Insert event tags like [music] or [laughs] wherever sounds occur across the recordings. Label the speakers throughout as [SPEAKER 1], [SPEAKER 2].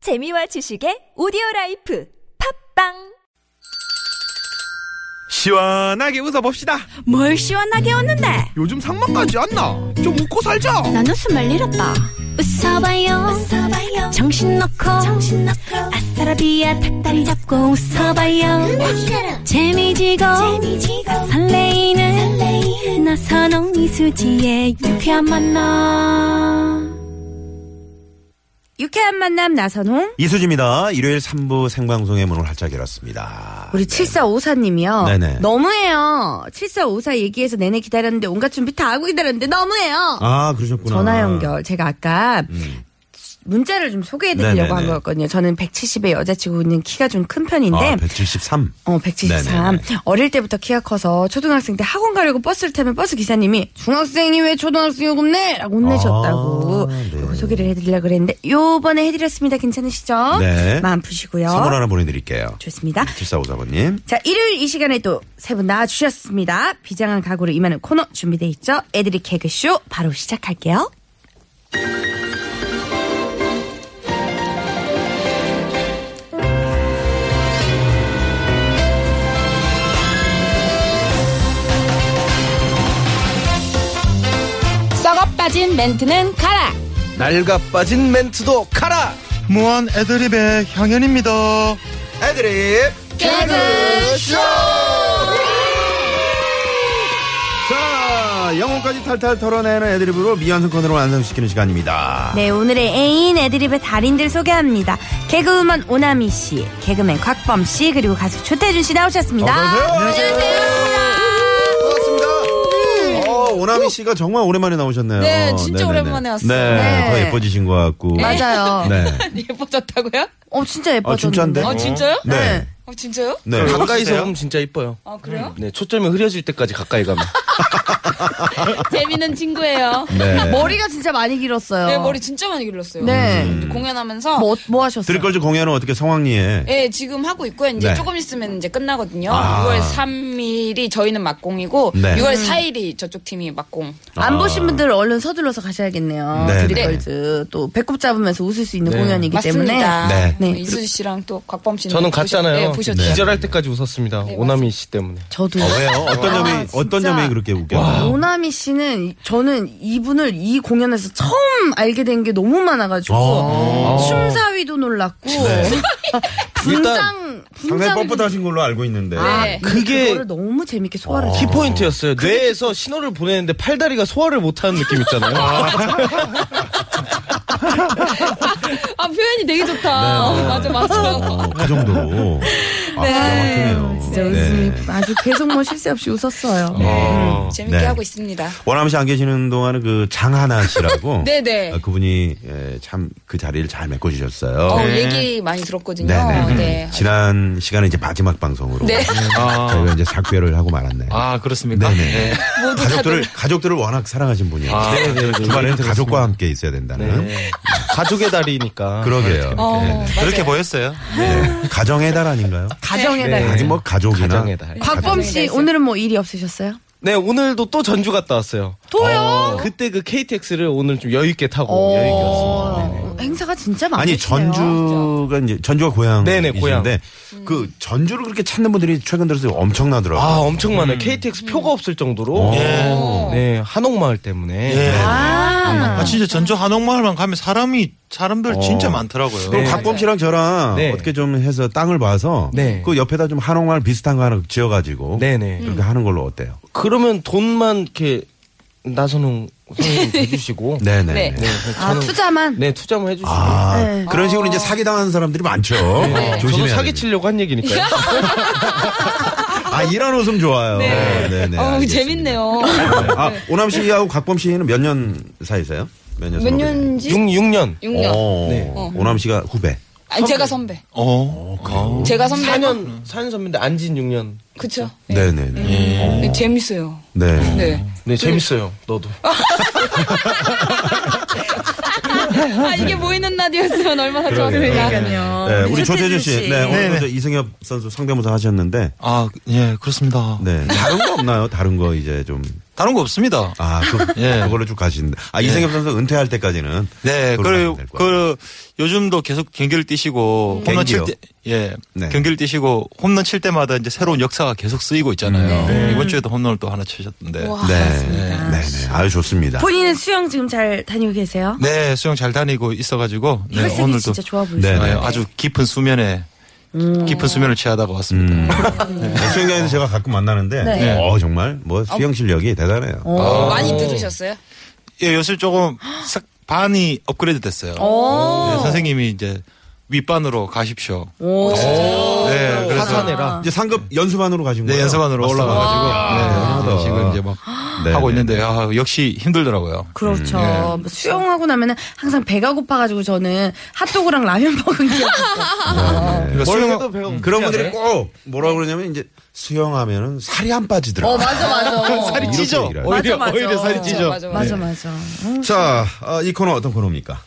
[SPEAKER 1] 재미와 지식의 오디오 라이프 팝빵
[SPEAKER 2] 시원하게 웃어봅시다.
[SPEAKER 3] 뭘 시원하게 웃는데
[SPEAKER 2] 요즘 상만까지 안 나. 좀 웃고 살자.
[SPEAKER 3] 난 웃음을 잃었다 웃어봐요, 정신 놓고 아싸라비아 닭다리 잡고 웃어봐요 재미지고, 설레이는, 나선홍 이수지의 유쾌한 만남 유쾌한 만남 나선홍
[SPEAKER 4] 이수지입니다. 일요일 3부 생방송의 문을 활짝 열었습니다.
[SPEAKER 3] 우리 7454님이요
[SPEAKER 4] 네. 네네.
[SPEAKER 3] 너무해요 7454 얘기해서 내내 기다렸는데 온갖 준비 다 하고 기다렸는데 너무해요
[SPEAKER 4] 아, 그러셨구나. 음.
[SPEAKER 3] 전화 연결 제가 아까 문자를 좀
[SPEAKER 4] 네네네.
[SPEAKER 3] 소개해드리려고 한 거였거든요. 저는 170의 여자친구는 키가 좀 큰 편인데.
[SPEAKER 4] 아, 173.
[SPEAKER 3] 어, 173.
[SPEAKER 4] 네네네.
[SPEAKER 3] 어릴 때부터 키가 커서 초등학생 때 학원 가려고 버스를 타면 버스 기사님이 중학생이 왜 초등학생이 없네? 라고 혼내셨다고.
[SPEAKER 4] 아, 네.
[SPEAKER 3] 요거 소개를 해드리려고 그랬는데, 요번에 해드렸습니다. 괜찮으시죠?
[SPEAKER 4] 네.
[SPEAKER 3] 마음 푸시고요.
[SPEAKER 4] 선물 하나 보내드릴게요.
[SPEAKER 3] 좋습니다.
[SPEAKER 4] 7454번님.
[SPEAKER 3] 자, 일요일 이 시간에 또 세 분 나와주셨습니다. 비장한 각오로 임하는 코너 준비돼 있죠? 애들이 개그쇼 바로 시작할게요.
[SPEAKER 5] 썩어 빠진 멘트는 가라.
[SPEAKER 2] 날가 빠진 멘트도 가라.
[SPEAKER 6] 무한 애드립의 향연입니다.
[SPEAKER 4] 애드립.
[SPEAKER 5] 개그쇼.
[SPEAKER 4] 자, 영혼까지 탈탈 털어내는 애드립으로 미완성 컨으로 완성시키는 시간입니다.
[SPEAKER 3] 네, 오늘의 애인 애드립의 달인들 소개합니다. 개그우먼 오나미 씨, 개그맨 곽범 씨, 그리고 가수 조태준 씨 나오셨습니다.
[SPEAKER 4] 어서오세요. 반갑습니다. 어, 오나미 씨가 정말 오랜만에 나오셨네요.
[SPEAKER 5] 음. 네, 진짜 오랜만에 왔어요. 네.
[SPEAKER 4] 네,
[SPEAKER 3] 네.
[SPEAKER 4] 더 예뻐지신 것 같고.
[SPEAKER 3] 맞아요.
[SPEAKER 4] 네.
[SPEAKER 5] [laughs] 예뻐졌다고요?
[SPEAKER 3] 어, 진짜
[SPEAKER 4] 아,
[SPEAKER 3] 예뻐졌는데.
[SPEAKER 4] 진짜인데?
[SPEAKER 5] 아 진짜요?
[SPEAKER 4] 네.
[SPEAKER 5] 어 진짜요?
[SPEAKER 4] 네.
[SPEAKER 7] 가까이서 보면 진짜 이뻐요.
[SPEAKER 5] 아 그래요?
[SPEAKER 7] 네, 초점이 흐려질 때까지 가까이 가면.
[SPEAKER 4] 음.
[SPEAKER 5] 재밌는 친구예요.
[SPEAKER 4] 네.
[SPEAKER 3] 아, 머리가 진짜 많이 길었어요.
[SPEAKER 5] 네 머리 진짜 많이 길렀어요.
[SPEAKER 3] 네.
[SPEAKER 5] 근데 공연하면서
[SPEAKER 3] 뭐, 뭐 하셨어요?
[SPEAKER 4] 음. 드릴걸즈 공연은 어떻게 성황리에
[SPEAKER 5] 예, 지금 하고 있고요. 이제
[SPEAKER 4] 네.
[SPEAKER 5] 조금 있으면 이제 끝나거든요.
[SPEAKER 4] 아.
[SPEAKER 5] 6월 3일이 저희는 막공이고
[SPEAKER 4] 네.
[SPEAKER 5] 6월 4일이 저쪽 팀이 막공.
[SPEAKER 3] 안
[SPEAKER 4] 아.
[SPEAKER 3] 보신 분들은 얼른 서둘러서 가셔야겠네요.
[SPEAKER 4] 네,
[SPEAKER 3] 드릴걸즈. 또 배꼽 잡으면서 웃을 수 있는 공연이기
[SPEAKER 5] 네. 맞습니다. 어,
[SPEAKER 3] 때문에.
[SPEAKER 4] 네.
[SPEAKER 3] 네.
[SPEAKER 5] 이수지 씨랑 또 곽범 씨는
[SPEAKER 7] 저는
[SPEAKER 5] 보셨-
[SPEAKER 7] 갔잖아요. 네.
[SPEAKER 5] 예, 보셨죠?
[SPEAKER 7] 기절할 때까지 웃었습니다. 오나미 씨 때문에.
[SPEAKER 3] 저도.
[SPEAKER 4] 어, 왜요? 어떤
[SPEAKER 5] 아,
[SPEAKER 4] 점이 어떤
[SPEAKER 3] 진짜.
[SPEAKER 4] 점이 그렇게 웃겨요?
[SPEAKER 3] 오나미 씨는 저는 이분을 이 공연에서 처음 알게 된 게 너무 많아가지고
[SPEAKER 7] 어,
[SPEAKER 4] 아.
[SPEAKER 3] 춤사위도 놀랐고 분장
[SPEAKER 5] 음.
[SPEAKER 4] 상당히
[SPEAKER 3] 분장
[SPEAKER 4] 뻣뻣하신 걸로 알고 있는데.
[SPEAKER 5] 네.
[SPEAKER 7] 그게
[SPEAKER 3] 그거를 너무 재밌게 소화를 했어요.
[SPEAKER 7] 키포인트였어요. 뇌에서 신호를 보내는데 팔다리가 소화를 못하는 느낌 있잖아요.
[SPEAKER 5] 아 표현이 되게 좋다. 어, 맞아 맞아.
[SPEAKER 4] 네, 어, 그 정도로. 아, 기가 막히네요.
[SPEAKER 3] 진짜 웃음이 아주 계속 뭐 실새 없이 웃었어요.
[SPEAKER 7] 어.
[SPEAKER 5] 재밌게
[SPEAKER 4] 네.
[SPEAKER 5] 하고 있습니다.
[SPEAKER 4] 원암 씨 안 계시는 동안은 그 장하나 씨라고.
[SPEAKER 5] [laughs] 네네.
[SPEAKER 4] 어, 그분이 참 그 자리를 잘 메꿔주셨어요.
[SPEAKER 5] 어, 얘기 많이 들었거든요.
[SPEAKER 4] 네.
[SPEAKER 7] 아,
[SPEAKER 4] 네네.
[SPEAKER 5] 네.
[SPEAKER 4] [laughs] 지난 시간에 이제 마지막 방송으로
[SPEAKER 5] 네.
[SPEAKER 4] 저희가 이제 작별을 하고 말았네요.
[SPEAKER 7] 아, 그렇습니까? 네.
[SPEAKER 4] 가족들을 가족들을 워낙 사랑하신 분이에요.
[SPEAKER 7] 아, 네, 네, 네.
[SPEAKER 4] 주말에는 가족과 함께 있어야 된다는.
[SPEAKER 7] 네. 가족의 달이니까.
[SPEAKER 4] 그러게요.
[SPEAKER 5] 어,
[SPEAKER 7] 그렇게 보였어요.
[SPEAKER 4] 네. 가정의 달 아닌가요?
[SPEAKER 3] 가정의
[SPEAKER 7] 네.
[SPEAKER 3] 달.
[SPEAKER 4] 아니 뭐 가족이나
[SPEAKER 7] 가정의 달.
[SPEAKER 3] 곽범 씨 오늘은 뭐 일이 없으셨어요?
[SPEAKER 7] 네, 오늘도 또 전주 갔다 왔어요.
[SPEAKER 3] 도요.
[SPEAKER 7] 그때 그 KTX를 오늘 좀 여유있게 타고 여유있게 왔습니다. 네네.
[SPEAKER 3] 어, 행사가 진짜 많으시네요.
[SPEAKER 4] 아니 전주가 이제 전주가 고향
[SPEAKER 7] 네네, 고향.
[SPEAKER 4] 이신데 그 전주를 그렇게 찾는 분들이 최근 들어서 엄청나더라고요.
[SPEAKER 7] 아, 엄청 많아요. KTX 표가 없을 정도로. 네, 한옥마을 때문에.
[SPEAKER 3] 예.
[SPEAKER 6] 아, 진짜 전주 한옥마을만 가면 사람이
[SPEAKER 4] 어.
[SPEAKER 6] 사람들 진짜 많더라고요.
[SPEAKER 4] 그럼 곽범 씨랑 저랑
[SPEAKER 7] 네.
[SPEAKER 4] 어떻게 좀 해서 땅을 봐서
[SPEAKER 7] 네.
[SPEAKER 4] 그 옆에다 좀 한옥마을 비슷한 거 하나 지어가지고
[SPEAKER 7] 네네.
[SPEAKER 4] 그렇게 하는 걸로 어때요?
[SPEAKER 7] 그러면 돈만 이렇게 나선홍 선생님 해주시고.
[SPEAKER 4] 네네.
[SPEAKER 5] 네.
[SPEAKER 4] 네.
[SPEAKER 7] 네,
[SPEAKER 3] 아
[SPEAKER 7] 저는-
[SPEAKER 3] 투자만.
[SPEAKER 7] 네, 투자만 해주시고.
[SPEAKER 4] 아 그런 식으로 이제 사기 당하는 사람들이 많죠. 어,
[SPEAKER 7] 네, 저도
[SPEAKER 4] 조심해야
[SPEAKER 7] 사기
[SPEAKER 4] 됩니다.
[SPEAKER 7] 치려고 한 얘기니까요.
[SPEAKER 4] 아 이런 웃음 좋아요. 네. 네. 네.
[SPEAKER 5] 어우,
[SPEAKER 4] 알겠습니다.
[SPEAKER 5] 재밌네요.
[SPEAKER 4] 아 오남 씨하고 곽범 씨는 몇 년 사이세요? 몇년
[SPEAKER 5] 몇
[SPEAKER 4] 어.
[SPEAKER 5] 년지?
[SPEAKER 7] 6, 육년
[SPEAKER 5] 6년.
[SPEAKER 4] 오남 씨가 후배.
[SPEAKER 5] 아니, 제가 선배.
[SPEAKER 6] 어,
[SPEAKER 5] 제가 선배.
[SPEAKER 7] 4년, 4년 선배인데 안진 6년.
[SPEAKER 5] 그쵸.
[SPEAKER 4] 네네네.
[SPEAKER 5] 네, 재밌어요.
[SPEAKER 4] 네.
[SPEAKER 5] 네.
[SPEAKER 7] 네, 재밌어요. 너도.
[SPEAKER 5] 아, 이게 보이는 라디오였으면 얼마나 좋았을까.
[SPEAKER 4] 네, 우리 조태준 씨, 네, 오늘 저 이승엽 선수 상대모사 하셨는데,
[SPEAKER 6] 아, 예, 그렇습니다.
[SPEAKER 4] 네, 다른 거 없나요? 다른 거 이제 좀
[SPEAKER 6] 다른 거 없습니다.
[SPEAKER 4] 아, 그,
[SPEAKER 6] 예.
[SPEAKER 4] 그걸로 쭉 가시는데. 아, 이승엽 선수 은퇴할 때까지는.
[SPEAKER 6] 네,
[SPEAKER 4] 그걸로
[SPEAKER 6] 그리고
[SPEAKER 4] 가면 될것 같아요.
[SPEAKER 6] 그 요즘도 계속 경기를 뛰시고 홈런 칠
[SPEAKER 4] 경기요?
[SPEAKER 6] 때, 예,
[SPEAKER 4] 네.
[SPEAKER 6] 경기를 뛰시고 홈런 칠 때마다 이제 새로운 역사가 계속 쓰이고 있잖아요. 네, 이번 주에도 홈런을 또 하나 치셨던데.
[SPEAKER 4] 네. 네, 네. 아유, 좋습니다.
[SPEAKER 3] 본인은 수영 지금 잘 다니고 계세요?
[SPEAKER 6] 네, 수영 잘 다니고 있어가지고 네,
[SPEAKER 3] 혈색이
[SPEAKER 6] 오늘도
[SPEAKER 3] 진짜 좋아 보이세요.
[SPEAKER 4] 네,
[SPEAKER 6] 네,
[SPEAKER 4] 네.
[SPEAKER 6] 아주 깊은 수면에
[SPEAKER 3] 음.
[SPEAKER 6] 깊은 수면을 취하다가 왔습니다.
[SPEAKER 4] 네, 수영장에서 제가 가끔 만나는데.
[SPEAKER 6] 네.
[SPEAKER 4] 어, 정말 뭐 수영 실력이 대단해요.
[SPEAKER 5] 어.
[SPEAKER 4] 아.
[SPEAKER 5] 많이 들으셨어요?
[SPEAKER 6] [laughs] 예, 요새 조금 싹 반이 업그레이드 됐어요. 네, 선생님이 이제 윗반으로 가십시오. 어, 네, 그래서
[SPEAKER 7] 하산해라.
[SPEAKER 4] 이제 상급 연수반으로 가신
[SPEAKER 6] 네,
[SPEAKER 4] 거예요?
[SPEAKER 6] 연습반으로 올라가가지고 네,
[SPEAKER 4] 아, 대단하다.
[SPEAKER 6] 지금 이제 막
[SPEAKER 4] 네,
[SPEAKER 6] 하고
[SPEAKER 4] 네,
[SPEAKER 6] 있는데 아, 역시 힘들더라고요.
[SPEAKER 3] 그렇죠. 수영하고 나면은 항상 배가 고파가지고 저는 핫도그랑 라면 [laughs] 먹은 기억이 있어요.
[SPEAKER 4] 네.
[SPEAKER 6] 그러니까
[SPEAKER 7] 뭘
[SPEAKER 6] 수영-
[SPEAKER 7] 해도 배가 음.
[SPEAKER 4] 그런 분들이 꼭 뭐라고 그러냐면 이제 수영하면은 살이 안 빠지더라.
[SPEAKER 3] 어,
[SPEAKER 4] 고
[SPEAKER 5] 맞아 맞아.
[SPEAKER 4] 살이 찌죠.
[SPEAKER 3] 맞아, 맞아. 오히려 살이
[SPEAKER 5] 찌죠. 맞아, 맞아.
[SPEAKER 3] 맞아, 맞아.
[SPEAKER 4] 자, 어, 이 코너 어떤 코너입니까?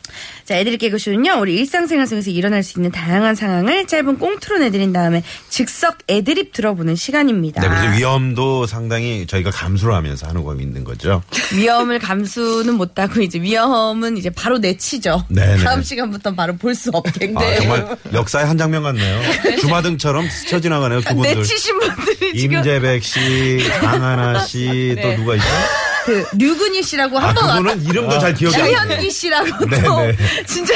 [SPEAKER 3] 자, 애들이 개그쇼는요, 우리 일상생활 속에서 일어날 수 있는 다양한 상황을 짧은 꽁트로 내드린 다음에 즉석 애드립 들어보는 시간입니다.
[SPEAKER 4] 네, 그래서 위험도 상당히 저희가 감수를 하면서 하는 거 있는 거죠.
[SPEAKER 3] 위험을 감수는 못하고 이제 위험은 이제 바로 내치죠.
[SPEAKER 4] 네네.
[SPEAKER 3] 다음 시간부터 바로 볼 수
[SPEAKER 4] 아,
[SPEAKER 3] 없겠네. [laughs]
[SPEAKER 4] 정말 역사의 한 장면 같네요. 주마등처럼 스쳐 지나가네요, 그분들.
[SPEAKER 3] 내치신 분들이 지금
[SPEAKER 4] 임재백 씨, 강하나 씨, 또 누가 있죠?
[SPEAKER 3] 그 류근희 씨라고
[SPEAKER 4] 아,
[SPEAKER 3] 한번 왔다.
[SPEAKER 4] 그분은 네, 이름도 잘 기억이 안 나요.
[SPEAKER 3] 주현기 씨라고 또 진짜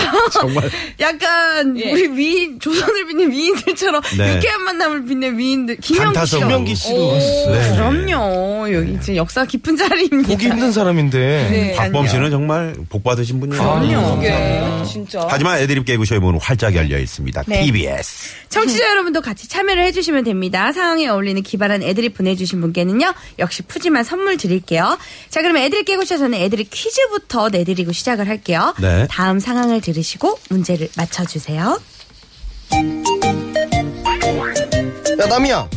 [SPEAKER 3] 약간
[SPEAKER 5] 예.
[SPEAKER 3] 우리 위인 조선을 빛낸 위인들처럼
[SPEAKER 4] 네.
[SPEAKER 3] 유쾌한 만남을 빛낸 위인들 김영기 씨.
[SPEAKER 4] 방타성. 김영기
[SPEAKER 5] 오.
[SPEAKER 4] 네.
[SPEAKER 3] 그럼요. 여기 지금 역사 깊은 자리입니다.
[SPEAKER 7] 보기 힘든 사람인데
[SPEAKER 5] 네.
[SPEAKER 4] 박범 씨는 정말 복 받으신 분이에요. 네.
[SPEAKER 5] 이게 진짜.
[SPEAKER 4] 하지만 애드립 개구쇼의 문은 활짝 열려 있습니다.
[SPEAKER 3] 네.
[SPEAKER 4] TBS.
[SPEAKER 3] 청취자 여러분도 같이 참여를 해주시면 됩니다. 상황에 어울리는 기발한 애드립 보내주신 분께는요. 역시 푸짐한 선물 드릴게요. 자 그럼 애드립 깨고셔 저는 애드립 퀴즈부터 내드리고 시작을 할게요.
[SPEAKER 4] 네.
[SPEAKER 3] 다음 상황을 들으시고 문제를 맞춰주세요.
[SPEAKER 7] 야 남이야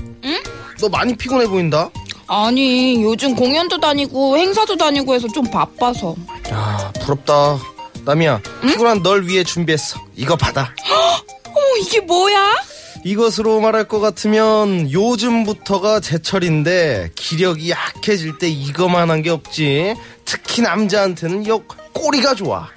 [SPEAKER 7] 너 많이 피곤해 보인다
[SPEAKER 5] 아니 요즘 공연도 다니고 행사도 다니고 해서 좀 바빠서. 어,
[SPEAKER 7] 야 아, 부럽다 남이야 피곤한 널 위해 준비했어 이거 받아
[SPEAKER 5] 어머 이게 뭐야?
[SPEAKER 7] 이것으로 말할 것 같으면 요즘부터가 제철인데 기력이 약해질 때 이거만 한 게 없지 특히 남자한테는 역 꼬리가 좋아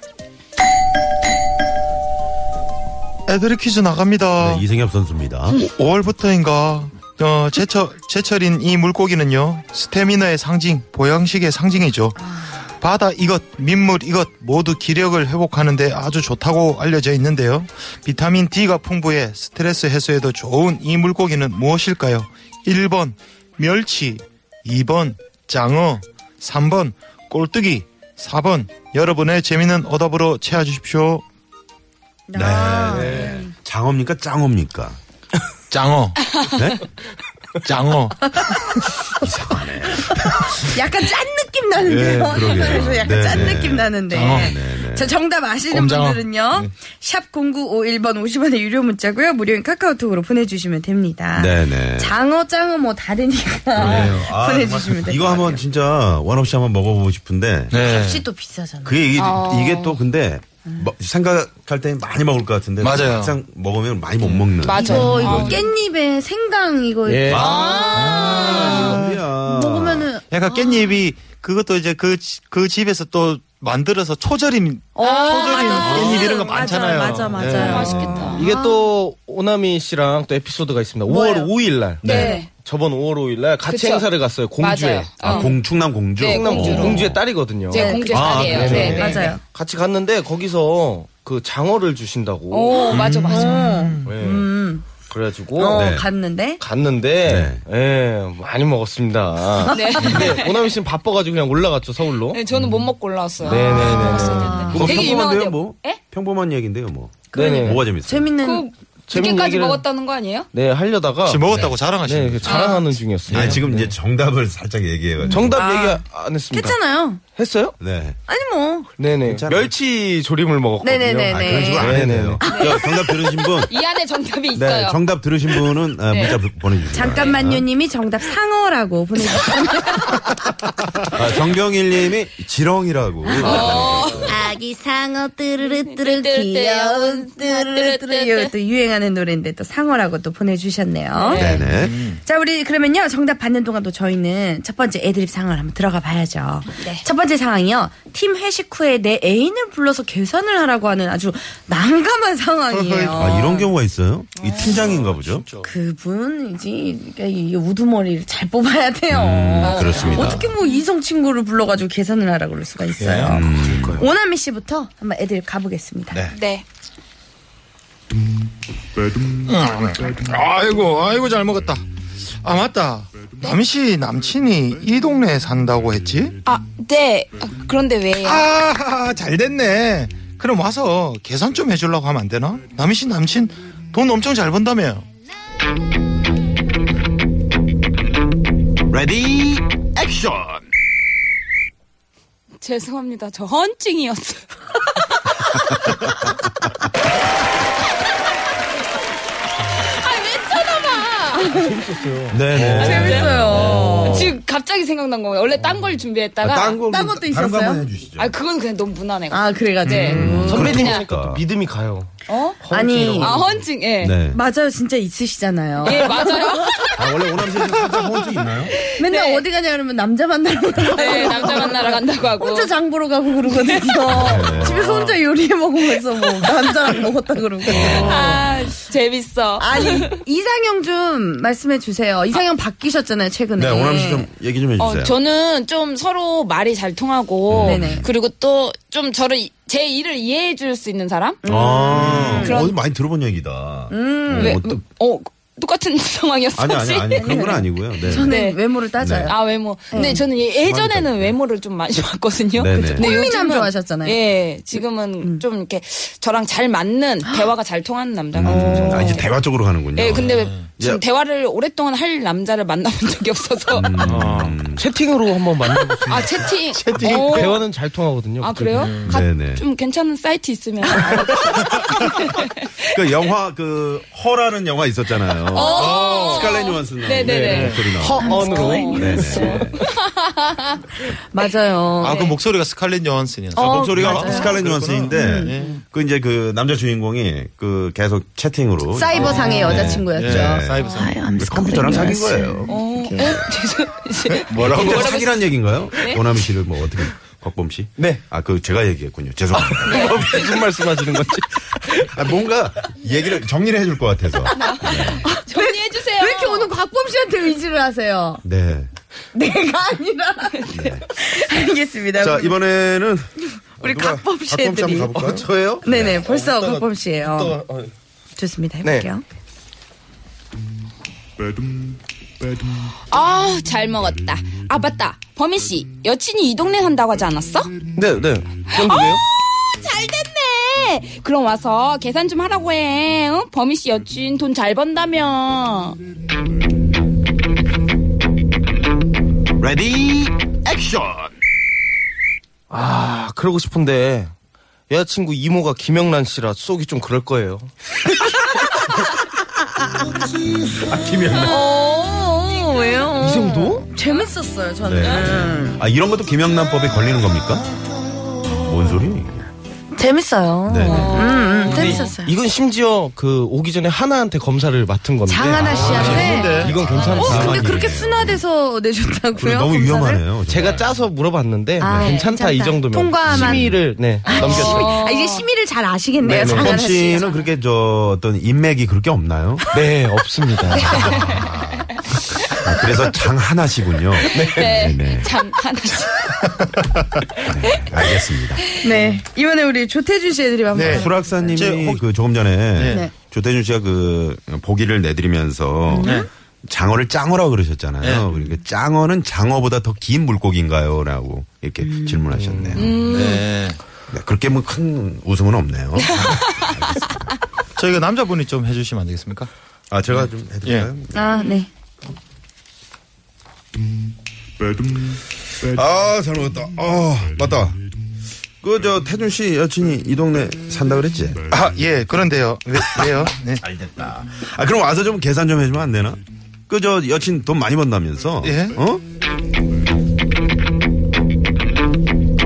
[SPEAKER 6] 애들이 퀴즈 나갑니다.
[SPEAKER 4] 네, 이승엽 선수입니다.
[SPEAKER 6] 5월부터인가 어, 제철, 제철인 이 물고기는요 스태미나의 상징 보양식의 상징이죠 바다 이것 민물 이것 모두 기력을 회복하는데 아주 좋다고 알려져 있는데요 비타민 D가 풍부해 스트레스 해소에도 좋은 이 물고기는 무엇일까요 1번 멸치 2번 장어 3번 꼴뚜기 4번 여러분의 재미는 오답으로 채워주십시오
[SPEAKER 4] 네. 장어입니까? 짱어입니까?
[SPEAKER 6] 장어
[SPEAKER 4] 네?
[SPEAKER 6] 장어
[SPEAKER 3] 약간 짠 느낌 나는데요.
[SPEAKER 4] 예, 그러게요.
[SPEAKER 3] 그래서 [laughs] 약간
[SPEAKER 4] 네,
[SPEAKER 3] 짠
[SPEAKER 4] 네.
[SPEAKER 3] 느낌 나는데.
[SPEAKER 6] 장어.
[SPEAKER 3] 자, 정답 아시는
[SPEAKER 6] 꼼장어.
[SPEAKER 3] 분들은요.
[SPEAKER 4] 네.
[SPEAKER 3] 샵 0951번 50원의 유료 문자고요. 무료인 카카오톡으로 보내주시면 됩니다.
[SPEAKER 4] 네네.
[SPEAKER 3] 장어, 짱어 뭐 다르니까
[SPEAKER 4] 그래요. 아,
[SPEAKER 3] 보내주시면
[SPEAKER 4] 정말
[SPEAKER 3] 돼요.
[SPEAKER 4] 이거 한번 진짜 원없이 한번 먹어보고 싶은데.
[SPEAKER 6] 네.
[SPEAKER 3] 값이 또 비싸잖아요.
[SPEAKER 4] 그게 이게, 이게 또 근데 뭐 생각할 때 많이 먹을 것 같은데.
[SPEAKER 6] 맞아요.
[SPEAKER 4] 막상 먹으면 많이 못 먹는.
[SPEAKER 5] 맞아.
[SPEAKER 3] 이거, 이거 깻잎에 생강 이거
[SPEAKER 7] 예.
[SPEAKER 4] 야.
[SPEAKER 3] 먹으면은
[SPEAKER 4] 아.
[SPEAKER 6] 약간 깻잎이 그것도 이제 그, 지- 그 집에서 또 만들어서 초절임, 초절임 깻잎 이런 거 많잖아요.
[SPEAKER 3] 맞아, 맞아,
[SPEAKER 6] 예.
[SPEAKER 3] 맞아요.
[SPEAKER 5] 맛있겠다.
[SPEAKER 7] 이게 또 오나미 씨랑 또 에피소드가 있습니다 5월 5일 날
[SPEAKER 5] 네.
[SPEAKER 7] 저번 5월 5일 날 같이
[SPEAKER 5] 그쵸.
[SPEAKER 7] 행사를 갔어요 공주에
[SPEAKER 5] 맞아요.
[SPEAKER 4] 아,
[SPEAKER 5] 어.
[SPEAKER 4] 공, 충남 공주.
[SPEAKER 5] 네,
[SPEAKER 7] 충남
[SPEAKER 5] 공주로.
[SPEAKER 7] 공주의 딸이거든요
[SPEAKER 5] 제 공주
[SPEAKER 4] 아,
[SPEAKER 5] 딸이에요.
[SPEAKER 4] 그래요?
[SPEAKER 5] 네, 네.
[SPEAKER 3] 맞아요.
[SPEAKER 7] 같이 갔는데 거기서 그 장어를 주신다고
[SPEAKER 5] 오 맞아 맞아.
[SPEAKER 7] 예.
[SPEAKER 3] 음,
[SPEAKER 7] 그래가지고
[SPEAKER 3] 어,
[SPEAKER 4] 네.
[SPEAKER 3] 갔는데.
[SPEAKER 7] 갔는데 예 많이 먹었습니다.
[SPEAKER 5] 네.
[SPEAKER 7] 근데 오나미 씨는 바빠가지고 그냥 올라갔죠 서울로. 아,
[SPEAKER 5] 네, 저는 못 먹고 올라왔어요.
[SPEAKER 7] 네네네.
[SPEAKER 4] 그거
[SPEAKER 5] 되게
[SPEAKER 4] 평범한데요,
[SPEAKER 5] 유명한데요.
[SPEAKER 4] 뭐?
[SPEAKER 5] 에?
[SPEAKER 4] 평범한 얘기인데요, 뭐.
[SPEAKER 7] 네네.
[SPEAKER 4] 뭐가 재밌어요?
[SPEAKER 3] 재밌는.
[SPEAKER 5] 그
[SPEAKER 7] 재밌는
[SPEAKER 5] 늦게까지
[SPEAKER 7] 얘기를-
[SPEAKER 5] 먹었다는 거 아니에요?
[SPEAKER 7] 네 하려다가
[SPEAKER 6] 혹시 먹었다고 자랑하시는
[SPEAKER 7] 네
[SPEAKER 6] 거예요?
[SPEAKER 7] 그 자랑하는 중이었어요.
[SPEAKER 4] 아니, 지금 이제 네. 정답을 살짝 얘기해가지고.
[SPEAKER 7] 정답
[SPEAKER 3] 아.
[SPEAKER 7] 얘기 안 했습니다.
[SPEAKER 3] 했잖아요.
[SPEAKER 7] 했어요?
[SPEAKER 4] 네.
[SPEAKER 3] 아니 뭐.
[SPEAKER 7] 네네.
[SPEAKER 4] 괜찮아요.
[SPEAKER 7] 멸치 조림을 먹었거든요.
[SPEAKER 3] 네네네.
[SPEAKER 4] 아, 그런 식으로 안
[SPEAKER 7] 네,
[SPEAKER 4] 해야
[SPEAKER 7] 네,
[SPEAKER 4] 돼요. 야, 정답 들으신 분.
[SPEAKER 5] 이 안에 정답이 있어요.
[SPEAKER 4] 네, 정답 들으신 분은 아, 문자 보내주세요.
[SPEAKER 3] 잠깐만요 님이 정답 상어라고 보내주셨어요.
[SPEAKER 4] 아, 정경일 님이 지렁이라고. 아,
[SPEAKER 8] 아기 상어 뚜르르뚜르 귀여운
[SPEAKER 3] 뚜루뚜루 이거 또 유행하는 노래인데 또 상어라고 또 보내주셨네요.
[SPEAKER 4] 네네.
[SPEAKER 3] 자, 우리 그러면요. 정답 받는 동안 또 저희는 첫 번째 애드립 상황을 한번 들어가 봐야죠.
[SPEAKER 5] 네.
[SPEAKER 3] 첫 번째 상황이요. 팀 회식 후에 내 애인을 불러서 계산을 하라고 하는 아주 난감한 상황이에요.
[SPEAKER 4] [laughs] 아, 이런 경우가 있어요? 이 팀장인가 보죠?
[SPEAKER 3] 그분이지 그러니까 이 우두머리를 잘 뽑아야 돼요.
[SPEAKER 4] 음, 그렇습니다.
[SPEAKER 3] 어떻게 뭐 이성 친구를 불러가지고 계산을 하라고 그럴 수가 있어요. 오나미 씨부터 한번 애들 가보겠습니다.
[SPEAKER 4] 예, 음. 네.
[SPEAKER 5] 네.
[SPEAKER 6] 아이고, 아이고 잘 먹었다. 아 맞다. 남씨 남친이 이 동네에 산다고 했지?
[SPEAKER 5] 아, 네. 아, 그런데 왜요?
[SPEAKER 6] 아, 잘 됐네. 그럼 와서 계산 좀 해주려고 하면 안 되나? 남씨 남친 돈 엄청 잘 번다며.
[SPEAKER 4] 레디, 액션!
[SPEAKER 5] 죄송합니다. 저 헌증이었어요.
[SPEAKER 4] 네네.
[SPEAKER 3] 재밌어요.
[SPEAKER 5] [laughs] 지금 갑자기 생각난 거예요. 원래 딴 걸 준비했다가 아,
[SPEAKER 7] 거,
[SPEAKER 3] 딴 것도
[SPEAKER 4] 다른 거
[SPEAKER 3] 있었어요?
[SPEAKER 4] 한번 해주시죠.
[SPEAKER 5] 그건 그냥 너무 무난해요.
[SPEAKER 3] 아 그래가지고
[SPEAKER 5] 네.
[SPEAKER 7] 선배님이니까
[SPEAKER 4] 그러니까.
[SPEAKER 7] 또 믿음이 가요.
[SPEAKER 5] 어?
[SPEAKER 3] 아니
[SPEAKER 5] 아, 헌증. 예.
[SPEAKER 4] 네.
[SPEAKER 3] 맞아요 진짜 있으시잖아요.
[SPEAKER 5] 예, 맞아요.
[SPEAKER 4] 아, 원래 오남씨 살짝 혼자 있나요?
[SPEAKER 3] 맨날
[SPEAKER 5] 네.
[SPEAKER 3] 어디 가냐 그러면 남자 만나러 가고
[SPEAKER 5] 네, 남자 만나러 간다고 하고.
[SPEAKER 3] 혼자 장 보러
[SPEAKER 4] [laughs]
[SPEAKER 3] 가고 그러거든요.
[SPEAKER 4] 네.
[SPEAKER 3] 집에서 혼자 요리해 먹으면서 뭐 남자랑 먹었다 그러고.
[SPEAKER 5] 아, 재밌어.
[SPEAKER 3] 아니 이상형 좀 말씀해 주세요. 이상형 바뀌셨잖아요 최근에.
[SPEAKER 4] 네, 오남씨 좀 얘기 좀 해주세요. 음.
[SPEAKER 5] 어, 저는 좀 서로 말이 잘 통하고
[SPEAKER 3] 네네.
[SPEAKER 5] 그리고 또 좀 저를 이- 제 일을 이해해 줄 수 있는 사람?
[SPEAKER 3] 음.
[SPEAKER 4] 아,
[SPEAKER 5] 그런-
[SPEAKER 4] 어디 많이 들어본 얘기다. 음,
[SPEAKER 5] 왜?
[SPEAKER 4] 어떤-
[SPEAKER 5] 어, 똑같은 [laughs] 상황이었어.
[SPEAKER 4] 아니,
[SPEAKER 5] 혹시?
[SPEAKER 4] 아니, 아니. 그런 건 아니고요. 네.
[SPEAKER 3] 저는
[SPEAKER 5] 네.
[SPEAKER 3] 외모를 따져요.
[SPEAKER 5] 아 외모. 근데 저는 예- 예전에는 외모를 좀 많이 [laughs] 봤거든요.
[SPEAKER 4] 네네.
[SPEAKER 5] 근데
[SPEAKER 3] 꽃미남
[SPEAKER 5] 요즘은-
[SPEAKER 3] 좋아하셨잖아요. 음.
[SPEAKER 5] 예, 지금은 좀 이렇게 저랑 잘 맞는 대화가 잘 통하는 남자가 좀 좋아요.
[SPEAKER 4] 아, 이제 대화 쪽으로 가는군요.
[SPEAKER 5] 어. 예, 근데 지금
[SPEAKER 4] 예.
[SPEAKER 5] 대화를 오랫동안 할 남자를 만나본 적이 없어서
[SPEAKER 4] 음.
[SPEAKER 7] 채팅으로 한번 만나보세요.
[SPEAKER 5] 아 채팅,
[SPEAKER 7] 채팅
[SPEAKER 5] 어.
[SPEAKER 7] 대화는 잘 통하거든요.
[SPEAKER 5] 아 그래요? 가-
[SPEAKER 4] 네네.
[SPEAKER 5] 좀 괜찮은 사이트 있으면
[SPEAKER 4] 그 영화, 그, 허라는 영화 있었잖아요. 스칼렛 요한슨 나오는
[SPEAKER 5] 네네네.
[SPEAKER 4] 목소리 나오는.
[SPEAKER 7] 허언으로.
[SPEAKER 5] 아,
[SPEAKER 4] 네네.
[SPEAKER 3] 맞아요.
[SPEAKER 6] 아, 그 목소리가 스칼렛 요한슨이었어.
[SPEAKER 4] 아, 목소리가 스칼렛 요한슨인데
[SPEAKER 6] 네.
[SPEAKER 4] 그 이제 그 남자 주인공이 그 계속 채팅으로
[SPEAKER 3] 사이버 상의 여자친구였죠.
[SPEAKER 4] 네.
[SPEAKER 6] 사이버 상.
[SPEAKER 4] 이제 컴퓨터랑 사귄 거예요.
[SPEAKER 5] 어, 에? [laughs] 죄송.
[SPEAKER 4] 뭐라고 사기란 얘기인가요? 오나미 씨를 뭐 어떻게 곽범 씨?
[SPEAKER 7] 네.
[SPEAKER 4] 아 그 제가 얘기했군요. 죄송합니다.
[SPEAKER 7] 무슨 말씀하시는 건지.
[SPEAKER 4] 아, 뭔가 얘기를 정리를 해줄 것 같아서.
[SPEAKER 5] 정리해 주세요.
[SPEAKER 3] 왜 이렇게 오늘 곽범 씨한테 의지를 하세요?
[SPEAKER 4] 네.
[SPEAKER 3] 내가 아니라. 알겠습니다.
[SPEAKER 4] 자
[SPEAKER 3] 우리-
[SPEAKER 4] 이번에는
[SPEAKER 3] 네, 우리
[SPEAKER 4] 누가-
[SPEAKER 3] 곽범 씨
[SPEAKER 4] 곽범 씨
[SPEAKER 3] 애들이.
[SPEAKER 4] 한번 가볼까요?
[SPEAKER 7] 저예요?
[SPEAKER 3] 네네
[SPEAKER 4] 어,
[SPEAKER 3] 벌써 곽범 씨예요. 좋습니다
[SPEAKER 4] 네.
[SPEAKER 3] 해볼게요.
[SPEAKER 5] 아, 잘 먹었다. 아, 맞다. 범희 씨, 여친이 이 동네 산다고 하지 않았어?
[SPEAKER 7] 네, 네. 그정도예요
[SPEAKER 5] 잘 됐네. 그럼 와서 계산 좀 하라고 해. 어? 범희 씨 여친 돈 잘 번다며.
[SPEAKER 4] 레디
[SPEAKER 6] 네.
[SPEAKER 4] 액션.
[SPEAKER 7] 아, 그러고 싶은데 여자친구 이모가 김영란 씨라 속이 좀 그럴 거예요.
[SPEAKER 3] 어, 오, 어, 왜요?
[SPEAKER 7] 이 정도?
[SPEAKER 3] 재밌었어요 저는.
[SPEAKER 4] 네. 아 이런 것도 김영란법에 걸리는 겁니까? 뭔 소리? 네,
[SPEAKER 3] 재밌어요.
[SPEAKER 4] 네네.
[SPEAKER 3] 음, 음,
[SPEAKER 7] 근데
[SPEAKER 3] 재밌었어요.
[SPEAKER 7] 이건 심지어 그 오기 전에 하나한테 검사를 맡은 건데. 아,
[SPEAKER 3] 장하나
[SPEAKER 4] 아,
[SPEAKER 3] 씨한테.
[SPEAKER 7] 이건
[SPEAKER 3] 어,
[SPEAKER 7] 괜찮다.
[SPEAKER 3] 근데
[SPEAKER 4] 가만히.
[SPEAKER 3] 그렇게
[SPEAKER 4] 그리고
[SPEAKER 3] 순화돼서 내줬다고요?
[SPEAKER 4] 너무
[SPEAKER 3] 검사를?
[SPEAKER 4] 위험하네요. 정말.
[SPEAKER 7] 제가 짜서 물어봤는데
[SPEAKER 3] 아,
[SPEAKER 7] 네,
[SPEAKER 3] 예,
[SPEAKER 7] 괜찮다 이
[SPEAKER 3] 괜찮다.
[SPEAKER 7] 정도면
[SPEAKER 3] 통과만.
[SPEAKER 7] 심의를 네 넘겼어요.
[SPEAKER 3] 아, 이제 심의를 잘 아시겠네요.
[SPEAKER 4] 네,
[SPEAKER 3] 장하나
[SPEAKER 4] 곽범
[SPEAKER 3] 씨.
[SPEAKER 4] 씨는 그렇게 저 어떤 인맥이 그렇게 없나요?
[SPEAKER 7] 네 없습니다.
[SPEAKER 4] 아, 그래서 장 하나
[SPEAKER 3] [laughs]
[SPEAKER 4] 씨군요. 네. 네.
[SPEAKER 5] 참, 하나 씨.
[SPEAKER 4] 네, 알겠습니다.
[SPEAKER 3] 네. 이번에 우리 조태준 씨 애들이 한번.
[SPEAKER 6] 네.
[SPEAKER 4] 수락사님이
[SPEAKER 6] 이제 혹-
[SPEAKER 4] 아, 그 조금 전에
[SPEAKER 6] 네.
[SPEAKER 4] 조태준 씨가 그 보기를 내드리면서
[SPEAKER 6] 네.
[SPEAKER 4] 장어를 짱어라고 그러셨잖아요. 그러니까 짱어는 장어보다 더 긴 물고기인가요?라고 이렇게
[SPEAKER 6] 음.
[SPEAKER 4] 질문하셨네요.
[SPEAKER 6] 네.
[SPEAKER 4] 네, 그렇게 뭐 큰 웃음은
[SPEAKER 6] [laughs]
[SPEAKER 4] 없네요.
[SPEAKER 6] 저희가 남자분이 좀 해주시면 안 되겠습니까?
[SPEAKER 4] 아 제가 좀 해드릴까요?
[SPEAKER 6] 예.
[SPEAKER 3] 아, 네.
[SPEAKER 4] 아잘 먹었다. 아 맞다. 그 저 태준 씨 여친이 이 동네 산다 그랬지?
[SPEAKER 6] 아, 예, 그런데요. 왜, 요 네.
[SPEAKER 4] 잘 됐다. 아, 그럼 와서 좀 계산 좀 해주면 안 되나? 그, 저, 여친 돈 많이 번다면서.
[SPEAKER 6] 예.
[SPEAKER 4] 어?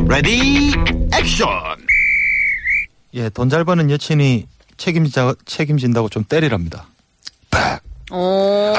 [SPEAKER 4] 레디, 액션!
[SPEAKER 6] 예, 돈 잘 버는 여친이 책임지자, 책임진다고 좀 때리랍니다.
[SPEAKER 3] 어,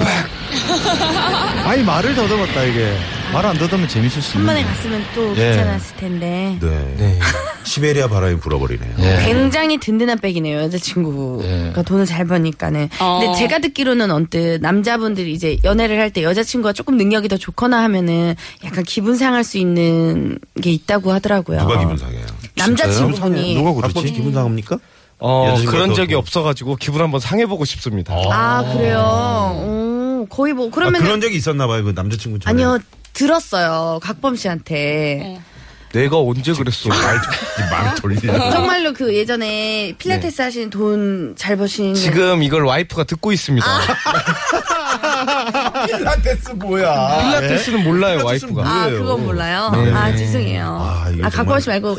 [SPEAKER 6] 아니, 아, 말을 더듬었다, 이게. 말 안 더듬으면 재밌을 수
[SPEAKER 3] 한
[SPEAKER 6] 있는.
[SPEAKER 3] 번에 갔으면 또
[SPEAKER 6] 예.
[SPEAKER 3] 괜찮았을 텐데.
[SPEAKER 4] 네. 시베리아 바람이 불어버리네요.
[SPEAKER 3] 굉장히 든든한 백이네요 여자친구가
[SPEAKER 4] 네.
[SPEAKER 6] 예.
[SPEAKER 3] 돈을 잘 버니까는
[SPEAKER 5] 어.
[SPEAKER 3] 근데 제가 듣기로는 언뜻 남자분들이 이제 연애를 할 때 여자친구가 조금 능력이 더 좋거나 하면은 약간 기분 상할 수 있는 게 있다고 하더라고요
[SPEAKER 4] 누가 기분 상해요?
[SPEAKER 3] 남자친구분이
[SPEAKER 6] 누가
[SPEAKER 4] 박범
[SPEAKER 6] 그러지?
[SPEAKER 4] 씨 기분 상합니까? 아,
[SPEAKER 7] 어,
[SPEAKER 4] 여자친구가
[SPEAKER 7] 그런
[SPEAKER 4] 또-
[SPEAKER 7] 적이 없어가지고 기분 한번 상해보고 싶습니다.
[SPEAKER 3] 아 그래요 오, 거의 뭐
[SPEAKER 4] 어. 아,
[SPEAKER 3] 그러면
[SPEAKER 4] 그런
[SPEAKER 3] 은
[SPEAKER 4] 적이 있었나 봐요. 그 남자친구 전에.
[SPEAKER 3] 아니요 들었어요 각범 씨한테
[SPEAKER 7] 내가 언제 그랬어?
[SPEAKER 4] 아, 말,
[SPEAKER 3] [laughs]
[SPEAKER 4] 말 돌리냐.
[SPEAKER 3] 정말로 그 예전에
[SPEAKER 4] 네.
[SPEAKER 3] 필라테스 하시는 돈 잘 버신
[SPEAKER 7] 지금 이걸 와이프가 듣고 있습니다.
[SPEAKER 3] 아.
[SPEAKER 4] [laughs] 필라테스 뭐야.
[SPEAKER 7] 필라테스는 몰라요,
[SPEAKER 4] 필라테스는
[SPEAKER 7] 와이프가.
[SPEAKER 3] 아,
[SPEAKER 4] 뭐예요? 네.
[SPEAKER 3] 그건 몰라요. 아, 죄송해요.
[SPEAKER 4] 아, 이거
[SPEAKER 3] 아,
[SPEAKER 4] 정말- 네.
[SPEAKER 3] 각범 씨 말고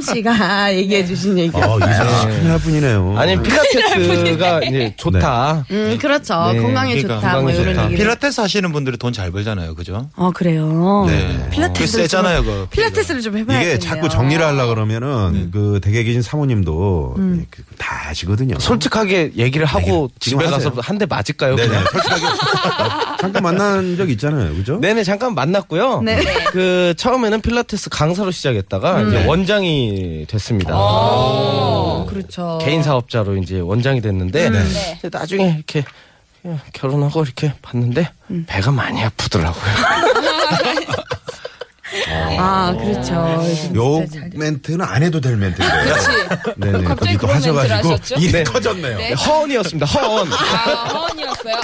[SPEAKER 4] [laughs]
[SPEAKER 3] 씨가 얘기해 주신 얘기.
[SPEAKER 4] 아,
[SPEAKER 3] 네.
[SPEAKER 4] 이상한 큰일 날 뿐이네요.
[SPEAKER 7] 아니, 필라테스가 이제 좋다.
[SPEAKER 3] 음, 그렇죠.
[SPEAKER 7] 네,
[SPEAKER 3] 건강에
[SPEAKER 6] 그러니까
[SPEAKER 3] 좋다. 뭐
[SPEAKER 7] 건강에
[SPEAKER 3] 이런
[SPEAKER 7] 좋다.
[SPEAKER 3] 얘기.
[SPEAKER 6] 필라테스 하시는 분들이 돈 잘 벌잖아요. 그죠?
[SPEAKER 3] 어, 그래요.
[SPEAKER 4] 네.
[SPEAKER 6] 그
[SPEAKER 3] 필라테스.
[SPEAKER 6] 세잖아요, 그.
[SPEAKER 3] 필라테스를 좀 해봐야
[SPEAKER 4] 이게 자꾸 정리를 하려 그러면은 그 댁에 계신 사모님도
[SPEAKER 3] 음.
[SPEAKER 4] 그- 다 아시거든요.
[SPEAKER 7] 솔직하게 얘기를 하고
[SPEAKER 4] 네, 지금
[SPEAKER 7] 집에 가서
[SPEAKER 4] 하세요.
[SPEAKER 7] 한 대 맞을까요?
[SPEAKER 4] 네네.
[SPEAKER 7] 그냥?
[SPEAKER 4] 솔직하게 잠깐 만난 적 있잖아요, 그죠?
[SPEAKER 7] 네네, 잠깐 만났고요.
[SPEAKER 3] 네.
[SPEAKER 7] 그, 처음에는 필라테스 강사로 시작했다가 이제 원장이 됐습니다. 어.
[SPEAKER 3] 그렇죠.
[SPEAKER 7] 개인 사업자로 이제 원장이 됐는데
[SPEAKER 5] 네.
[SPEAKER 7] 이제 나중에 이렇게 그냥 결혼하고 이렇게 봤는데 배가 많이 아프더라고요.
[SPEAKER 3] 아, 그렇죠.
[SPEAKER 4] 요 멘트는 안 해도 될 멘트인데. 네네.
[SPEAKER 5] 갑자기
[SPEAKER 4] 거기 또
[SPEAKER 5] 아, 그런 멘트를 하셨죠?
[SPEAKER 4] 하셔가지고 일이
[SPEAKER 7] 네.
[SPEAKER 4] 커졌네요.
[SPEAKER 5] 네.
[SPEAKER 7] 허언이었습니다. 허언.
[SPEAKER 5] 아, 허언이었어요.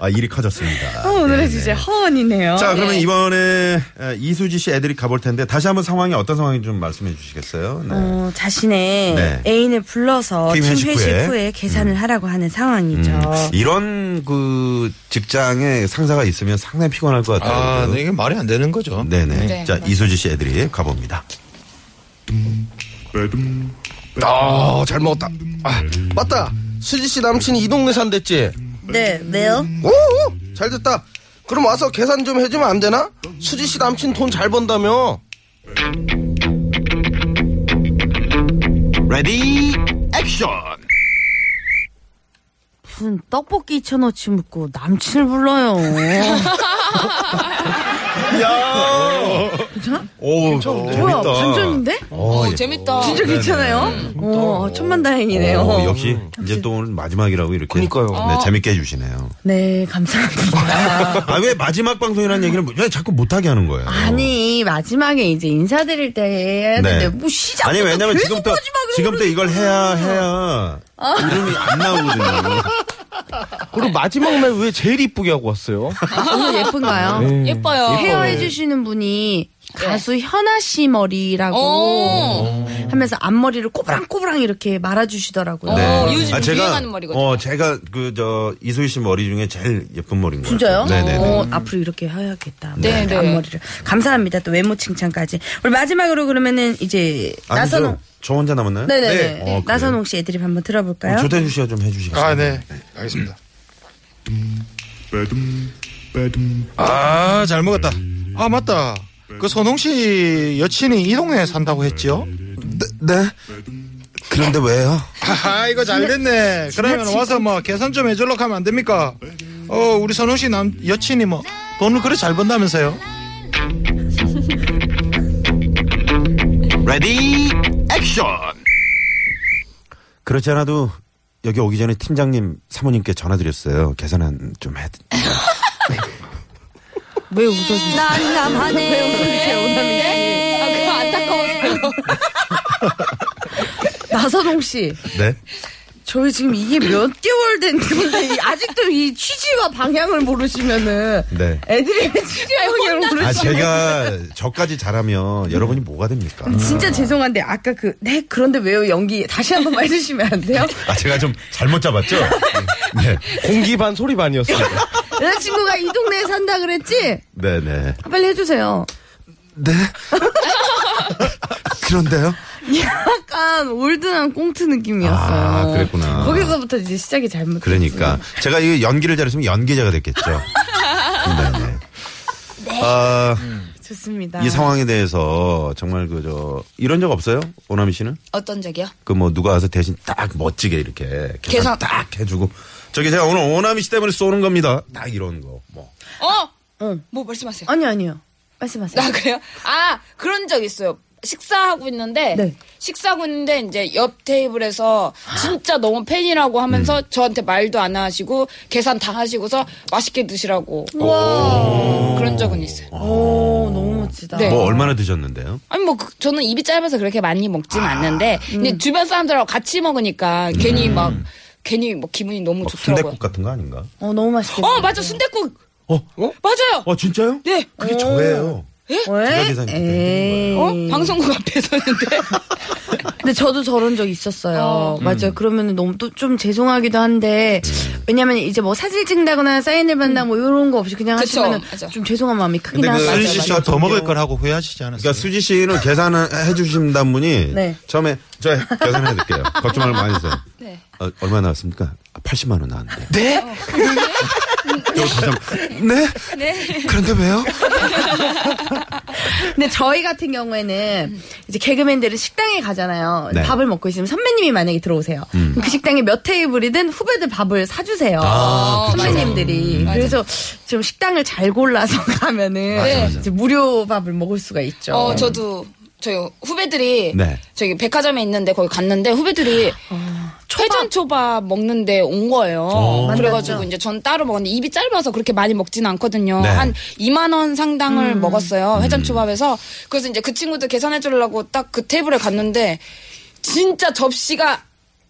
[SPEAKER 4] 아 일이 커졌습니다.
[SPEAKER 3] 어, 오늘의
[SPEAKER 4] 네네.
[SPEAKER 3] 주제 허언이네요.
[SPEAKER 4] 자 그러면 이번에 에, 이수지 씨 애들이 가볼 텐데 다시 한번 상황이 어떤 상황인지 좀 말씀해 주시겠어요? 네.
[SPEAKER 5] 음,
[SPEAKER 3] 어, 자신의
[SPEAKER 4] 네.
[SPEAKER 3] 애인을 불러서
[SPEAKER 4] 팀
[SPEAKER 3] 팀
[SPEAKER 4] 회식
[SPEAKER 3] 회식
[SPEAKER 4] 후에.
[SPEAKER 3] 후에 계산을 하라고 하는 상황이죠.
[SPEAKER 4] 음, 이런 그 직장에 상사가 있으면 상당히 피곤할 것 같아요.
[SPEAKER 6] 아,
[SPEAKER 4] 그래도.
[SPEAKER 6] 네, 이게 말이 안 되는 거죠.
[SPEAKER 4] 네네.
[SPEAKER 5] 네.
[SPEAKER 4] 자 이수지 씨 애들이 가봅니다.
[SPEAKER 7] 아, 잘 먹었다. 아, 맞다. 수지 씨 남친이 이 동네 산댔지.
[SPEAKER 3] 네, 왜요?
[SPEAKER 7] 오, 오, 잘 됐다. 그럼 와서 계산 좀 해주면 안 되나? 수지 씨 남친 돈 잘 번다며.
[SPEAKER 4] 레디 액션.
[SPEAKER 3] 무슨 떡볶이 2,000원치 묻고 남친을
[SPEAKER 4] 어,
[SPEAKER 3] 불러요.
[SPEAKER 4] 오
[SPEAKER 3] 뭐야,
[SPEAKER 4] 재밌다.
[SPEAKER 3] 반전인데?
[SPEAKER 4] 어, 예.
[SPEAKER 5] 재밌다.
[SPEAKER 3] 진짜 괜찮아요? 어, 천만다행이네요. 음.
[SPEAKER 4] 오, 음, 역시 이제 또 오늘 마지막이라고 이렇게
[SPEAKER 7] 그러니까요.
[SPEAKER 4] 네, 재밌게 해주시네요.
[SPEAKER 3] 네,
[SPEAKER 4] [laughs]
[SPEAKER 3] 감사합니다.
[SPEAKER 4] 아 왜 마지막 방송이라는 얘기를 뭐, 왜 자꾸 못하게 하는 거예요?
[SPEAKER 3] 아니, 마지막에 이제 인사드릴 때 해야 되는데, 뭐 시작.
[SPEAKER 4] 네. 아니 왜냐면 지금부터 지금부터 이걸 해야 해야
[SPEAKER 3] 아.
[SPEAKER 4] 이름이 안 나오거든요.
[SPEAKER 7] 그리고 마지막 날 왜 제일 이쁘게 하고 왔어요?
[SPEAKER 3] 오늘 아,
[SPEAKER 4] 아,
[SPEAKER 3] 예쁜가요?
[SPEAKER 4] 네.
[SPEAKER 5] 예뻐요.
[SPEAKER 3] 헤어해주시는 분이 가수 현아 씨 머리라고
[SPEAKER 5] 오.
[SPEAKER 3] 하면서 앞머리를 꼬부랑꼬부랑 이렇게 말아주시더라고요.
[SPEAKER 4] 네.
[SPEAKER 5] 어, 요즘 유행하는 머리거든요.
[SPEAKER 4] 어 제가 그 저 이소희 씨 머리 중에 제일 예쁜 머리인 거예요.
[SPEAKER 3] 진짜요?
[SPEAKER 4] 네네네.
[SPEAKER 3] 어, 앞으로 이렇게 해야겠다.
[SPEAKER 5] 네, 네.
[SPEAKER 3] 앞머리를. 감사합니다. 또 외모 칭찬까지. 우리 마지막으로 그러면은 이제
[SPEAKER 4] 아니죠?
[SPEAKER 3] 나선홍.
[SPEAKER 4] 저 혼자 남았나요?
[SPEAKER 3] 네네네.
[SPEAKER 4] 어, 그래요.
[SPEAKER 3] 나선홍 씨 애드립 한번 들어볼까요?
[SPEAKER 4] 그럼 조태준 씨가 좀 해주시겠어요?
[SPEAKER 6] 아, 네. 알겠습니다. 아, 잘 먹었다. 아, 맞다. 그 선홍 씨 여친이 이 동네에 산다고 했지요?
[SPEAKER 4] 네. 그런데 왜요?
[SPEAKER 6] 아, 이거 잘 됐네. 그러면 와서 뭐 계산 좀 해줄라 하면 안 됩니까? 어, 우리 선홍 씨 남, 여친이 뭐 돈을 그래 잘 번다면서요?
[SPEAKER 4] 레디 액션. 그렇지 않아도 여기 오기 전에 팀장님 사모님께 전화드렸어요. 계산 한좀 해.
[SPEAKER 3] 왜 웃으세요? 난감하네. 왜 웃으세요, 오남이 씨?
[SPEAKER 5] 아, 그거 아, 안타까웠어요.
[SPEAKER 3] [laughs] 나선홍 씨,
[SPEAKER 4] 네.
[SPEAKER 3] 저희 지금 이게 몇 개월 된 건데 이- 아직도 이 취지와 방향을 모르시면은
[SPEAKER 4] 네.
[SPEAKER 3] 애드립의 취지와 방향을 모르시면
[SPEAKER 4] 아 제가 저까지 잘하면 여러분이 뭐가 됩니까?
[SPEAKER 3] 진짜 죄송한데 아까 그 네 그런데 왜요 연기 다시 한 번만 해주시면 안 돼요?
[SPEAKER 4] 아 제가 좀 잘못 잡았죠? 네.
[SPEAKER 7] 공기 반 소리 반이었습니다.
[SPEAKER 3] 여자친구가 이 동네에 산다 그랬지?
[SPEAKER 4] 네, 네.
[SPEAKER 3] 빨리 해주세요.
[SPEAKER 4] 네. 그런데요?
[SPEAKER 3] 약간 올드한 꽁트 느낌이었어요.
[SPEAKER 4] 아, 그랬구나.
[SPEAKER 3] 거기서부터 이제 시작이 잘못.
[SPEAKER 4] 그러니까 제가 이 연기를 잘했으면 연기자가 됐겠죠. 네, 네. 아,
[SPEAKER 3] 좋습니다.
[SPEAKER 4] 이 상황에 대해서 정말 그 저 이런 적 없어요? 오나미 씨는?
[SPEAKER 5] 어떤 적이요?
[SPEAKER 4] 그 뭐 누가 와서 대신 딱 멋지게 이렇게 계산
[SPEAKER 5] 계산.
[SPEAKER 4] 딱 해주고 저기 제가 오늘 오나미 씨 때문에 쏘는 겁니다. 딱 이런 거. 뭐
[SPEAKER 5] 어?
[SPEAKER 3] 응.
[SPEAKER 5] 뭐 말씀하세요.
[SPEAKER 3] 아니요, 아니요. 말씀하세요.
[SPEAKER 5] 아 그래요? 아 그런 적 있어요. 식사하고 있는데
[SPEAKER 3] 네.
[SPEAKER 5] 식사하고 있는데 이제 옆 테이블에서 진짜 너무 팬이라고 하면서 저한테 말도 안 하시고 계산 다 하시고서 맛있게 드시라고 그런 적은 있어요.
[SPEAKER 3] 오, 너무 멋지다.
[SPEAKER 5] 네.
[SPEAKER 4] 뭐 얼마나 드셨는데요?
[SPEAKER 5] 아니 뭐 그- 저는 입이 짧아서 그렇게 많이 먹진 않는데
[SPEAKER 4] 음.
[SPEAKER 5] 근데 주변 사람들하고 같이 먹으니까 괜히 막 괜히 뭐 기분이 너무
[SPEAKER 4] 막
[SPEAKER 5] 좋더라고요.
[SPEAKER 4] 순대국 같은 거 아닌가?
[SPEAKER 3] 어, 너무 맛있겠다.
[SPEAKER 5] 어 맞아 순대국.
[SPEAKER 4] 어?
[SPEAKER 5] 맞아요.
[SPEAKER 4] 어 진짜요?
[SPEAKER 5] 네.
[SPEAKER 4] 그게 저예요. 제가 계산 그때 해드린
[SPEAKER 5] 어? 방송국 앞에서는데
[SPEAKER 3] 근데 저도 저런 적 있었어요. 맞아요.
[SPEAKER 4] 음.
[SPEAKER 3] 그러면 너무 또 좀 죄송하기도 한데 왜냐면 이제 뭐 사진 찍는다거나 사인을 받나 뭐 이런 거 없이 그냥
[SPEAKER 5] 그쵸,
[SPEAKER 3] 하시면
[SPEAKER 5] 맞아.
[SPEAKER 3] 좀 죄송한 마음이 크긴
[SPEAKER 4] 근데 그
[SPEAKER 3] 하죠.
[SPEAKER 4] 맞아요,
[SPEAKER 6] 수지 씨가
[SPEAKER 4] 맞아요.
[SPEAKER 6] 더 먹을 걸 하고 후회하시지 않았어요?
[SPEAKER 4] 그러니까 수지 씨는 계산을 해주신단 분이
[SPEAKER 3] 네.
[SPEAKER 4] 처음에 저 계산해드릴게요. 걱정 말고 많이 해주세요.
[SPEAKER 5] 네.
[SPEAKER 4] 어, 얼마 나왔습니까? 아, 80만 원 나왔는데. 네? 네? 그런데 왜요?
[SPEAKER 3] 근데 저희 같은 경우에는 이제 개그맨들은 식당에 가잖아요.
[SPEAKER 4] 네. 음.
[SPEAKER 3] 밥을 먹고 있으면 선배님이 만약에 들어오세요. 그럼 그 식당에 몇 테이블이든 후배들 밥을 사주세요.
[SPEAKER 4] 아, 그쵸.
[SPEAKER 3] 선배님들이. 그래서 좀 식당을 잘 골라서 [laughs] 가면은 이제 무료 밥을 먹을 수가 있죠.
[SPEAKER 5] 어, 저도 저희 후배들이
[SPEAKER 4] 네.
[SPEAKER 5] 저기 백화점에 있는데 거기 갔는데 후배들이
[SPEAKER 4] 아.
[SPEAKER 5] 회전 초밥 먹는데 온 거예요.
[SPEAKER 4] 어.
[SPEAKER 5] 그래가지고
[SPEAKER 3] 맞죠.
[SPEAKER 5] 이제 전 따로 먹었는데 입이 짧아서 그렇게 많이 먹지는 않거든요.
[SPEAKER 4] 네. 음.
[SPEAKER 5] 한 2만 원 상당을 먹었어요. 회전 초밥에서 그래서 이제 그 친구도 계산해 주려고 딱 그 테이블에 갔는데 진짜 접시가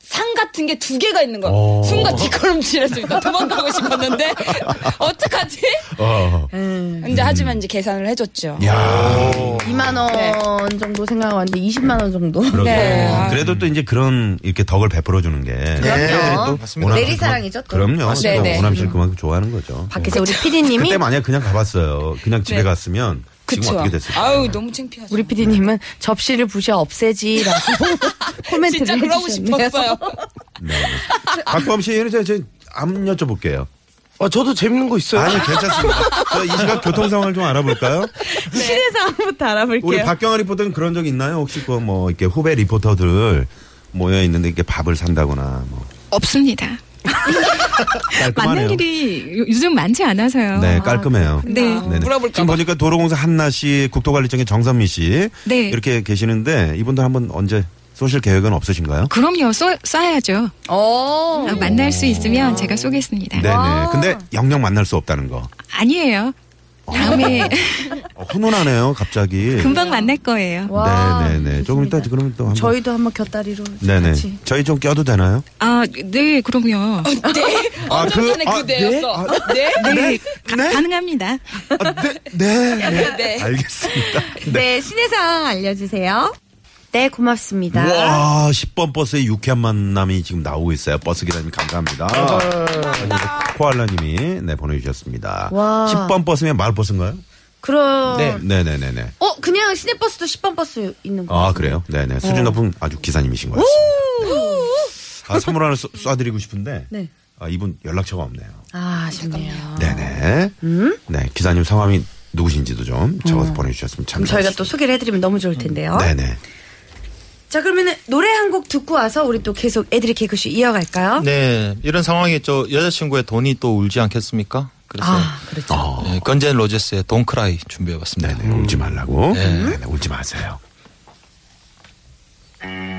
[SPEAKER 5] 상 같은 게 두 개가 있는 거야.
[SPEAKER 4] 어.
[SPEAKER 5] 순간 뒷걸음질했으니까 도망가고 싶었는데 [laughs] 어떡하지?
[SPEAKER 4] 어.
[SPEAKER 5] 네. 근데 하지만 이제 계산을 해줬죠.
[SPEAKER 4] 야.
[SPEAKER 3] 2만 원 정도 생각하는데 20만 원 정도.
[SPEAKER 4] 그러게.
[SPEAKER 5] 네.
[SPEAKER 4] 요 그래도 또 이제 그런 이렇게 덕을 베풀어 주는 게
[SPEAKER 3] 그럼요.
[SPEAKER 6] 맞습니다.
[SPEAKER 4] 오남-
[SPEAKER 3] 내리사랑이죠, 또.
[SPEAKER 4] 그럼요.
[SPEAKER 5] 맞습니다. 네, 네.
[SPEAKER 4] 오남 씨를 그만큼 좋아하는 거죠.
[SPEAKER 3] 밖에서 우리 피디님이
[SPEAKER 4] 그때 만약 그냥 가봤어요. 그냥 집에
[SPEAKER 5] 네.
[SPEAKER 4] 갔으면 지금
[SPEAKER 5] 그쵸.
[SPEAKER 4] 어떻게 됐을까?
[SPEAKER 5] 아우 너무 창피하죠.
[SPEAKER 3] 우리 피디님은 접시를 부셔 없애지라고
[SPEAKER 4] [laughs]
[SPEAKER 3] 코멘트를
[SPEAKER 5] 진짜 그러고
[SPEAKER 3] 해주셨네요.
[SPEAKER 5] 싶었어요.
[SPEAKER 3] 아.
[SPEAKER 4] 박범 씨는 제가 제가 한번 여쭤볼게요.
[SPEAKER 7] 아, 저도 재밌는 거 있어요.
[SPEAKER 4] 아니 괜찮습니다. 저이 시각 교통 상황을 좀
[SPEAKER 3] [laughs]
[SPEAKER 4] 알아볼까요?
[SPEAKER 3] 신의 상황부터
[SPEAKER 4] 우리
[SPEAKER 3] 알아볼게요.
[SPEAKER 4] 박경아 리포터는 그런 적 있나요? 혹시 그 뭐 이렇게 후배 리포터들 모여 있는데 이렇게 밥을 산다거나 뭐
[SPEAKER 9] 없습니다.
[SPEAKER 4] [laughs] 깔끔하네요.
[SPEAKER 9] 만난 일이 요- 요즘 많지 않아서요.
[SPEAKER 4] 네, 깔끔해요.
[SPEAKER 9] 네.
[SPEAKER 4] 네네. 지금 보니까 도로공사 한나 씨, 국토관리청의 정선미 씨
[SPEAKER 9] 네.
[SPEAKER 4] 이렇게 계시는데 이분들 한번 언제 쏘실 계획은 없으신가요?
[SPEAKER 9] 그럼요, 쏴, 쏴야죠.
[SPEAKER 4] 어.
[SPEAKER 3] 오.
[SPEAKER 9] 아, 만날 수 있으면 제가 쏘겠습니다.
[SPEAKER 4] 네네. 근데 영영 만날 수 없다는 거.
[SPEAKER 9] 아. 아니에요. 다음에
[SPEAKER 4] 어, [laughs] 훈훈하네요, 갑자기.
[SPEAKER 9] 금방 만날 거예요.
[SPEAKER 3] 와,
[SPEAKER 4] 네네네. 조금 이따 그러면 또 한번.
[SPEAKER 3] 저희도 한번 곁다리로
[SPEAKER 4] 네네.
[SPEAKER 3] 같이.
[SPEAKER 4] 저희 좀 껴도 되나요?
[SPEAKER 9] 아, 네, 그럼요.
[SPEAKER 5] 네? 엄청
[SPEAKER 4] 그-
[SPEAKER 5] 전에
[SPEAKER 4] 아,
[SPEAKER 5] 그대였어.
[SPEAKER 4] 네?
[SPEAKER 5] 네?
[SPEAKER 9] 네, 가,
[SPEAKER 4] 네?
[SPEAKER 9] 능합니다
[SPEAKER 4] 아, 네, 네, 네.
[SPEAKER 5] 네.
[SPEAKER 4] 알겠습니다.
[SPEAKER 3] 네. 신의 상황 알려주세요. 네, 고맙습니다.
[SPEAKER 4] 와, 10번 버스의 유쾌한 만남이 지금 나오고 있어요. 버스 기사님 감사합니다. 코알라님이 네 보내주셨습니다.
[SPEAKER 3] 와.
[SPEAKER 4] 10번 버스면 마을버스인가요?
[SPEAKER 3] 그럼.
[SPEAKER 4] 네네네네.
[SPEAKER 3] 어, 그냥 시내버스도 10번 버스 있는 거.
[SPEAKER 4] 아 그래요? 네네
[SPEAKER 3] 어.
[SPEAKER 4] 수준 높은 아주 기사님이신 것 같습니다. 네. 아 선물 하나 쏴- 쏴드리고 싶은데
[SPEAKER 3] 네.
[SPEAKER 4] 아 이분 연락처가 없네요.
[SPEAKER 3] 아, 아쉽네요. 음?
[SPEAKER 4] 네네. 네 기사님 성함이 누구신지도 좀 적어서 보내주셨으면 참.
[SPEAKER 3] 그럼 저희가 또
[SPEAKER 4] 좋겠습니다.
[SPEAKER 3] 소개를 해드리면 너무 좋을 텐데요.
[SPEAKER 4] 네네.
[SPEAKER 3] 자, 그러면은 노래 한 곡 듣고 와서 우리 또 계속 애들이 개그쇼 이어갈까요?
[SPEAKER 6] 네, 이런 상황에 저 여자친구의 돈이 또 울지 않겠습니까? 그래서
[SPEAKER 3] 아, 그렇죠.
[SPEAKER 6] 네, 건젠 로제스의 Don't Cry
[SPEAKER 4] 네,
[SPEAKER 3] 음.
[SPEAKER 6] 준비해봤습니다.
[SPEAKER 3] 네.
[SPEAKER 4] 네네. 울지 말라고.
[SPEAKER 6] 네.
[SPEAKER 4] 네네, 울지 마세요.
[SPEAKER 10] 아